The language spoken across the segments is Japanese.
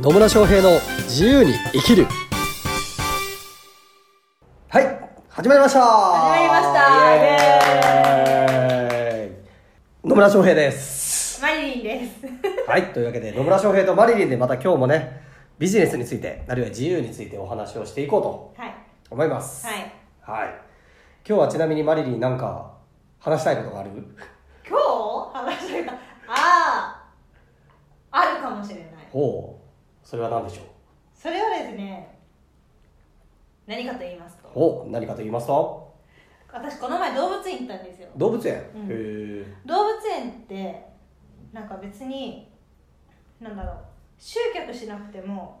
野村翔平の自由に生きるはい始まりました始まりましたイエーイ野村翔平 ですマリリンです。 はいというわけで野村翔平とマリリンでまた今日もねビジネスについてあるいは自由についてお話をしていこうとはい。思いますはい。はい、今日はちなみにマリリンなんか話したいことがある今日話したいことああ、あるかもしれない。おおうそれは何でしょうそれはですね、何かと言いますと、おう何かと言いますと私この前動物園行ったんですよ。動物園、うんへえ動物園って、なんか別に、なんだろう、集客しなくても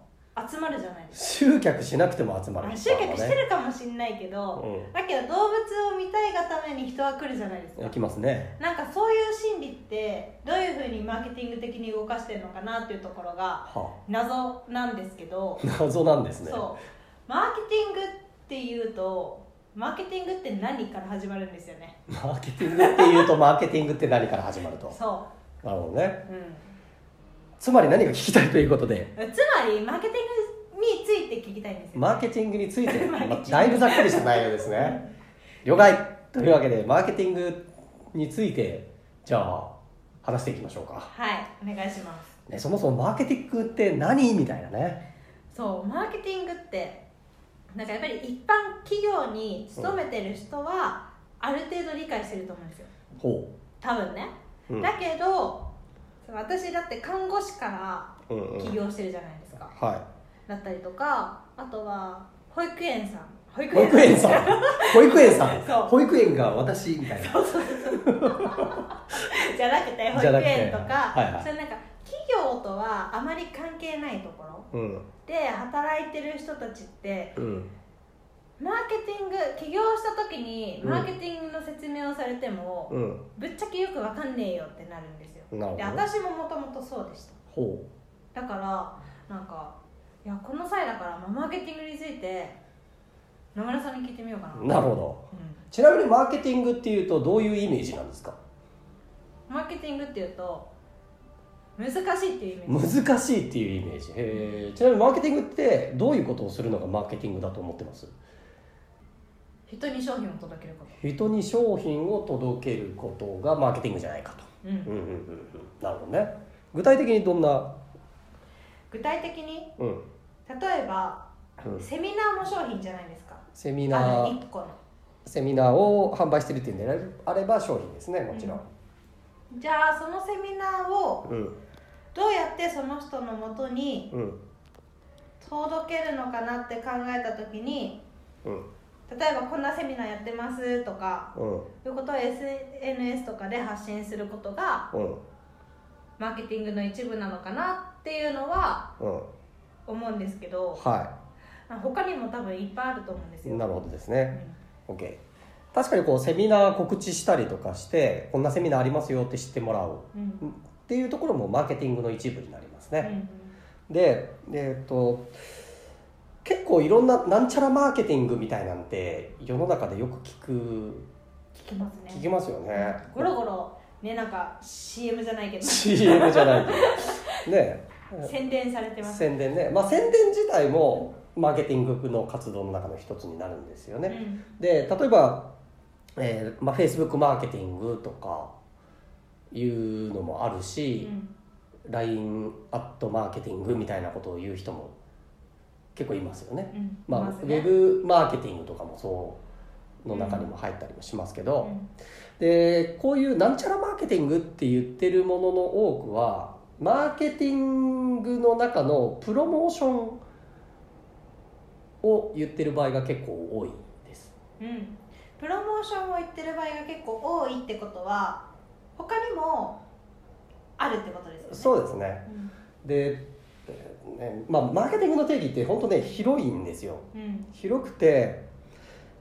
集まるじゃないですか。集客しなくても集まある集客してるるかもしれないけど、うんだけど動物を見たいがために人は来るじゃないですか行。きますねなんかそういう心理ってどういうふうにマーケティング的に動かしてるのかなっていうところがは謎なんですけど、あ謎なんですねそうマーケティングっていうとマーケティングって何から始まるんですよねマーケティングっていう とマーケティングって何から始まるとそなるほどねう、うん、つまり何が聞きたいということでつまりマーケティングについて聞きたいんですよ、マーケティングについて、 マーケティンまグあだいぶざっくりした内容ですね了解というわけでマーケティングについてじゃあ話していきましょうか、はいお願いしますね、そもそもマーケティングって何みたいなねそうマーケティングってなんかやっぱり一般企業に勤めてる人はある程度理解してると思うんですよほ多分ねう、うんだけど私だって看護師からうんうん起業してるじゃないですか、はだったりとかあとは保育園さん保い育保育園さ ん保育園さんそう保育園が私みたいなじゃなくて保じゃ育なくて園とか、はいはいそういうなんか企業とはあまり関係ないところうんで働いてる人たちってうんマーケティング起業した時にうんマーケティングの説明をされても、うんぶっちゃけよくわかんねえよってなるんですよなるほでど私ももともとそうでしたほだからなんかいやこの際だからまあマーケティングについて野村さんに聞いてみようかな、うなるほどうちなみにマーケティングっていうとどういうイメージなんですかんマーケティングっていうと難しいっていうイメージ難しいっていうイメージへーちなみにマーケティングってどういうことをするのがマーケティングだと思ってます人に商品を届けるこ人に商品を届けることがマーケティングじゃないかとと、うんうんうんうんうんなるほどね具体的にどんな具体的にうん例えば、うんセミナーも商品じゃないですかセミあナのー1個のセミナーを販売してるっていうんであれば商品ですねもちろん、じゃあそのセミナーをうんどうやってその人のもとにうん届けるのかなって考えた時にうん例えばこんなセミナーやってますとかうんということを SNS とかで発信することがうんマーケティングの一部なのかなっていうのはうん思うんですけどは他にも多分いっぱいあると思うんですいよなるほどですうねん OK 確かにこうセミナー告知したりとかしてこんなセミナーありますよって知ってもらううんうんっていうところもマーケティングの一部になりますうんね、でえっと結構いろんななんちゃらマーケティングみたいなんて世の中でよく聞く聞きます聞ねきますよねゴロゴロねなんか CM じゃないけ ど CM じゃない けどね宣伝されてます宣伝ねまあ宣伝自体もマーケティングの活動の中の一つになるんですよね、うんで例えば、えーまあ、Facebook マーケティングとかいうのもあるうし、ん LINE アットマーケティングみたいなことを言う人も結構いますよね。うんまあいますウねェブマーケティングとかもそうの中にも入ったりもしますけうど、んでこういうなんちゃらマーケティングって言ってるものの多くはマーケティングの中のプロモーションを言ってる場合が結構多いです。うんプロモーションを言ってる場合が結構多いってことは他にもあるってことですよねそうですねうんで、えーねまあ、マーケティングの定義って本当ね広いんですようん広くて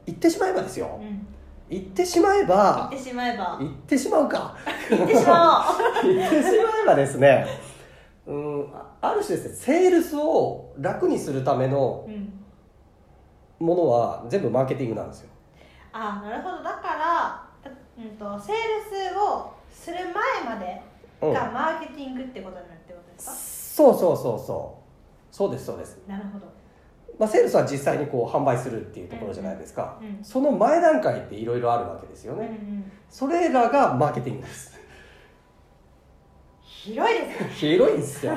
言ってしまえばですようん言ってしまえ言っばてしまえば言ってしまうか言ってしまおう言ってしまえばですねうんあある種ですねセールスを楽にするためのうん、ものは全部マーケティングなんですよあなるほどだから、だうん、とセールスをする前までうんがマーケティングってことになるってことですか、そうそうそうそそうですそうです、なるほど、まあ、セールスは実際にこう販売するっていうところじゃないですか、うんうんその前段階っていろいろあるわけですようんうねん、それらがマーケティングです広いですね広いんです よ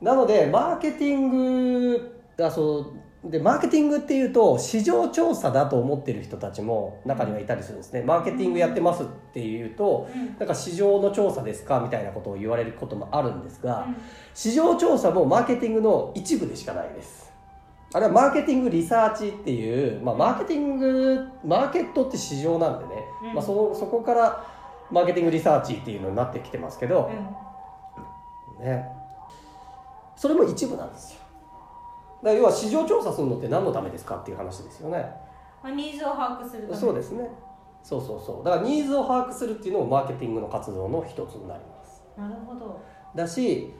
なのでマーケティングあそうでマーケティングっていうと市場調査だと思ってる人たちも中にはいたりするんですねマーケティングやってますっていうとうんなんか市場の調査ですかみたいなことを言われることもあるんですが、うん市場調査もマーケティングの一部でしかないですあれはマーケティングリサーチっていう、まあ、マーケティングマーケットって市場なんでね、うんまあ、そのそこからマーケティングリサーチっていうのになってきてますけど、ねそれも一部なんですよだから要は市場調査するのって何のためですかっていう話ですよねうんニーズを把握するためそうですねそうそうそうだからニーズを把握するっていうのもマーケティングの活動の一つになりますなるほど、だし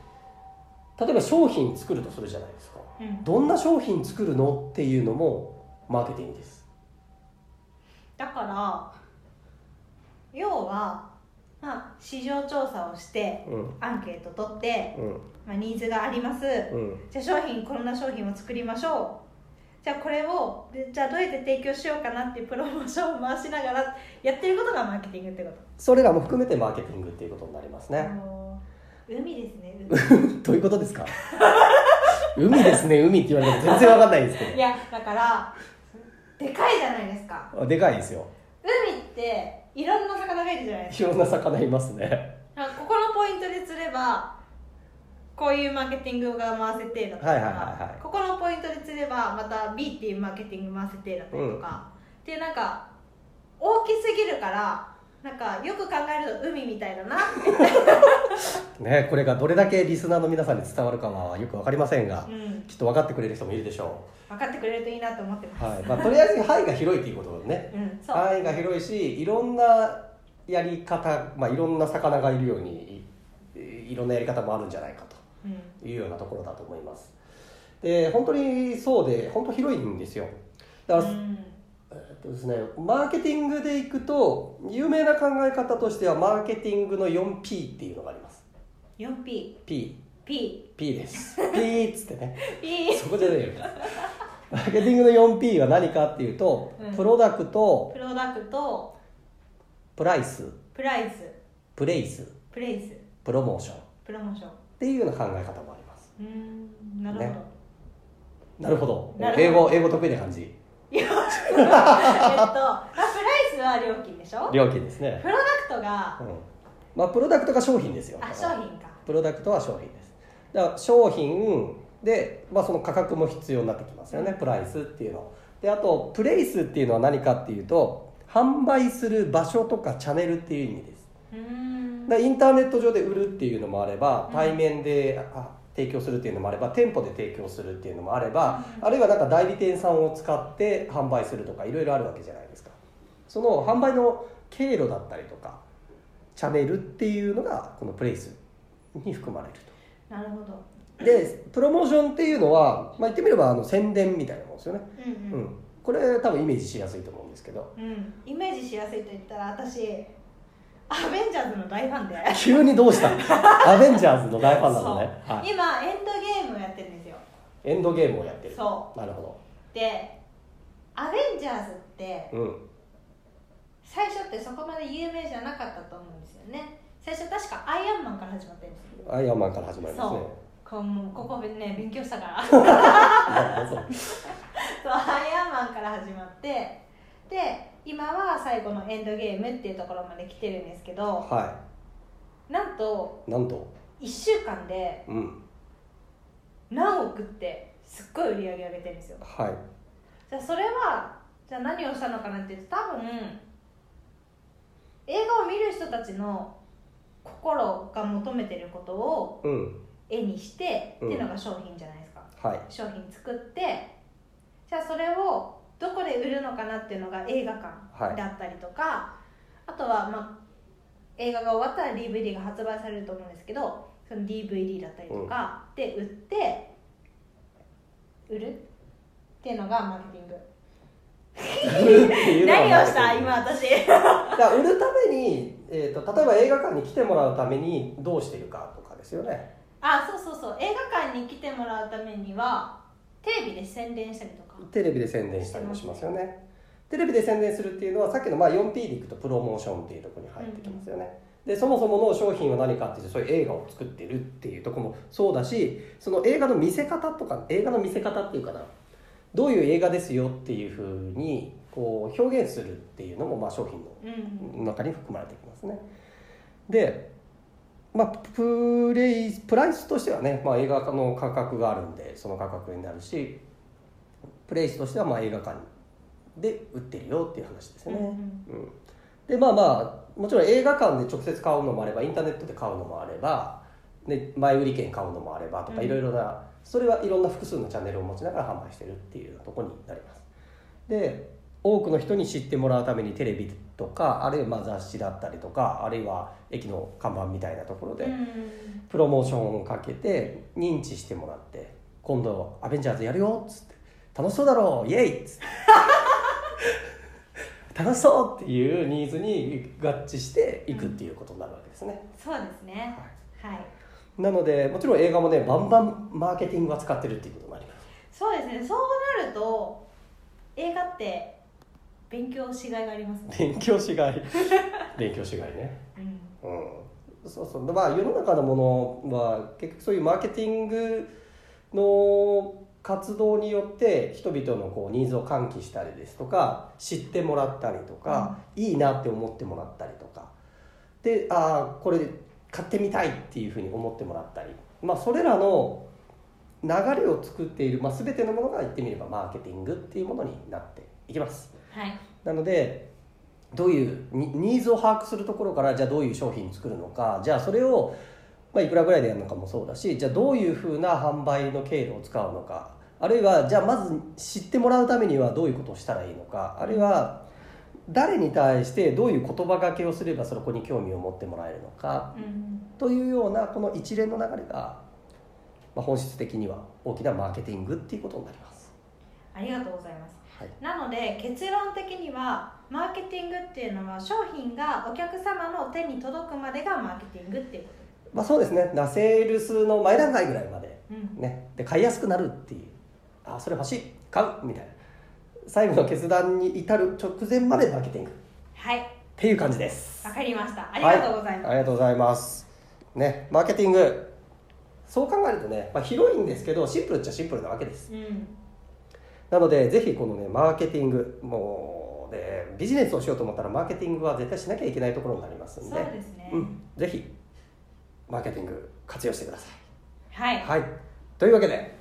例えば商品作るとするじゃないですかうん、どんな商品作るのっていうのもマーケティングですだから要は、まあ、市場調査をしてうんアンケート取って、うんまあ、ニーズがありますうんじゃあ商品こんな商品を作りましょうじゃあこれをでじゃあどうやって提供しようかなっていうプロモーションを回しながらやってることがマーケティングってことそれらも含めてマーケティングっていうことになりますあ ね、の海ですねどういうことですか 海ですね海って言われても全然わかんないんですけ海いやだからでかいじゃないですかどあでかいですよ海っていろんな魚がいるじゃないですいろんな魚いますねかなんかここのポイントで釣ればこういうマーケティングが回せてだったりとか、はいはいはいはいここのポイントで釣ればまた B っていうマーケティング回せてだったりとか、っていうなんか大きすぎるからなんかよく考えると海みたいだなって、ねこれがどれだけリスナーの皆さんに伝わるかはよくわかりませんが、うん、きっと分かってくれる人もいるでしょ分かってくれるといいなと思ってます、う、はいまあ、とりあえず範囲が広いっていうことだねうんそう、範囲が広いしいろんなやり方、まあ、いろんな魚がいるようにいいろんなやり方もあるんじゃないかうんというようなところだと思いますで本当にそうで本当広いんですよだから、うんえっとですね、マーケティングでいくと有名な考え方としてはマーケティングの 4P っていうのがあります 4P P P P です P っつってね P そこじゃねえよマーケティングの 4P は何かっていうと、うんプロダクトプロダクトプライスプライスプレイスプレイスプロモーションっプロモーションていうような考え方もありますうーんなるほねなるほどなるほど英語英語得意な感じど、 えっとあプライスは料金でしょ料金ですねプ、ロダクトがうんまあ、プロダクトが商品ですよあ商品かプロダクトは商品ですだから商品で、まあ、その価格も必要になってきますよねプライスっていうのであとプレイスっていうのは何かっていうと販売する場所とかチャンネルっていう意味ですうーんだからインターネット上で売るっていうのもあればうん対面で、あ提供するっていうのもあれば店舗で提供するっていうのもあれば、うんあるいはなんか代理店さんを使って販売するとかいろいろあるわけじゃないですかその販売の経路だったりとかチャンネルっていうのがこのプレイスに含まれるとなるほどでプロモーションっていうのは、まあ、言ってみればあの宣伝みたいなもんですよね、うんううんん、これ多分イメージしやすいと思うんですけど うん、イメージしやすいと言ったら私アベンジャーズの大ファンで、急にどうした アベンジャーズの大ファンなのね、はい、今エンドゲームをやってるんですよエンドゲームをやってるそなるほでアベンジャーズってどうん最初ってそこまで有名じゃなかったと思うんですよね最初確かアイアンマンから始まってるんですよアイアンマンから始まりますねそうこうもうここね勉強したからなるほどそうアイアンマンから始まってで今は最後のエンドゲームっていうところまで来てるんですけど はなんといなんと1週間でうん何億ってすっごい売り上げ上げてるんですよはいじゃあそれはじゃあ何をしたのかなっていうと多分映画を見る人たちの心が求めてることをうん絵にしてってうんいうのが商品じゃないですか、 はい商品作ってじゃあそれをどこで売るのかなっていうのが映画は館いだったりとか、あとは、まあ、映画が終わったら DVD が発売されると思うんですけどその DVD だったりとかで売って売るっていうのがマーケティング何をした今だ私から売るために、えー、と例えば映画館に来てもらうためにどうしてるかとかですよねあそうそうそう映画館館に来てもらうためにはテレビで宣伝したりとかテレビで宣伝したりもしますよねテレビで宣伝するっていうのはさっきのまあ 4P でいくとプロモーションっていうところに入ってきますよね、でそもそもの商品は何かっていうとそういう映画を作ってるっていうところもそうだしその映画の見せ方とか映画の見せ方っていうかなどういう映画ですよっていうふうにこう表現するっていうのもまあ商品のうん中に含まれてきますね。で、まあ、プレイプライスとしてはね、まあ、映画の価格があるんでその価格になるしプレイスとしてはまあ映画館で売ってるよっていう話ですうよね。んうんでまあまあもちろん映画館で直接買うのもあればインターネットで買うのもあればで前売り券買うのもあればとかうんいろいろなそれはいろんな複数のチャンネルを持ちながら販売してるっていうようなところになりますで多くの人に知ってもらうためにテレビとかあるいはまあ雑誌だったりとかあるいは駅の看板みたいなところでうんプロモーションをかけて認知してもらって今度「アベンジャーズやるよ」っつって「楽しそうだろうイエイ!」っつって 楽しそうっていうニーズに合致していくっていうことになるわけですね、そうですねはいなのでもちろん映画もねバンバンマーケティングは使ってるっていうことになりますそうですねそうなると映画って勉強しがいがありますね、勉強しがい勉強しがいねうん、うんそうそうまあ世の中のものは結局そういうマーケティングの活動によって人々のこうニーズを喚起したりですとか知ってもらったりとか、いいなって思ってもらったりとかでああこれ買ってみたいっていうふうに思ってもらったり、まあ、それらの流れを作っている、まあ、全てのものが言ってみればマーケティングっていうものになっていきます。はいなのでどういうニニーズを把握するところからじゃあどういう商品作るのかじゃあそれを、まあ、いくらぐらいでやるのかもそうだしじゃあどういうふうな販売の経路を使うのかあるいはじゃあまず知ってもらうためにはどういうことをしたらいいのかあるいは誰に対してどういう言葉がけをすればそこに興味を持ってもらえるのかうんというようなこの一連の流れが、まあ、本質的には大きなマーケティングっていうことになります。ありがとうございますはいなので結論的にはマーケティングっていうのは商品がお客様の手に届くまでがマーケティングっていうこまあ、そうですねなセールスの前段階ぐらいまでと、うんね、で買いやすくなるっていうあそれ欲しい買うみたいな最後の決断に至る直前までマーケティングっはいていう感じですわかりましたありがとうございます、ありがとうございますねマーケティングそう考えるとね、まあ、広いんですけどシンプルっちゃシンプルなわけですうんなのでぜひこのねマーケティングもうねビジネスをしようと思ったらマーケティングは絶対しなきゃいけないところになりますんそでうですね、うん、ぜひマーケティング活用してくださいはいはい、というわけで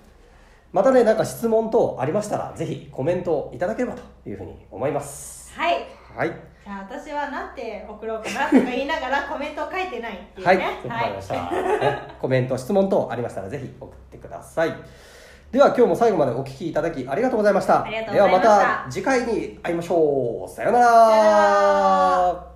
またねなんか質問等ありましたらぜひコメントをいただければというふうに思いますはいはいじゃあ私はなんて送ろうかなとか言いながらコメントを書いてないっていうはいねわかりました、ねコメント質問等ありましたらぜひ送ってくださいでは今日も最後までお聞きいただきありがとうございましたありがとうごでざはいましまたた次回に会いましょうさようさよななら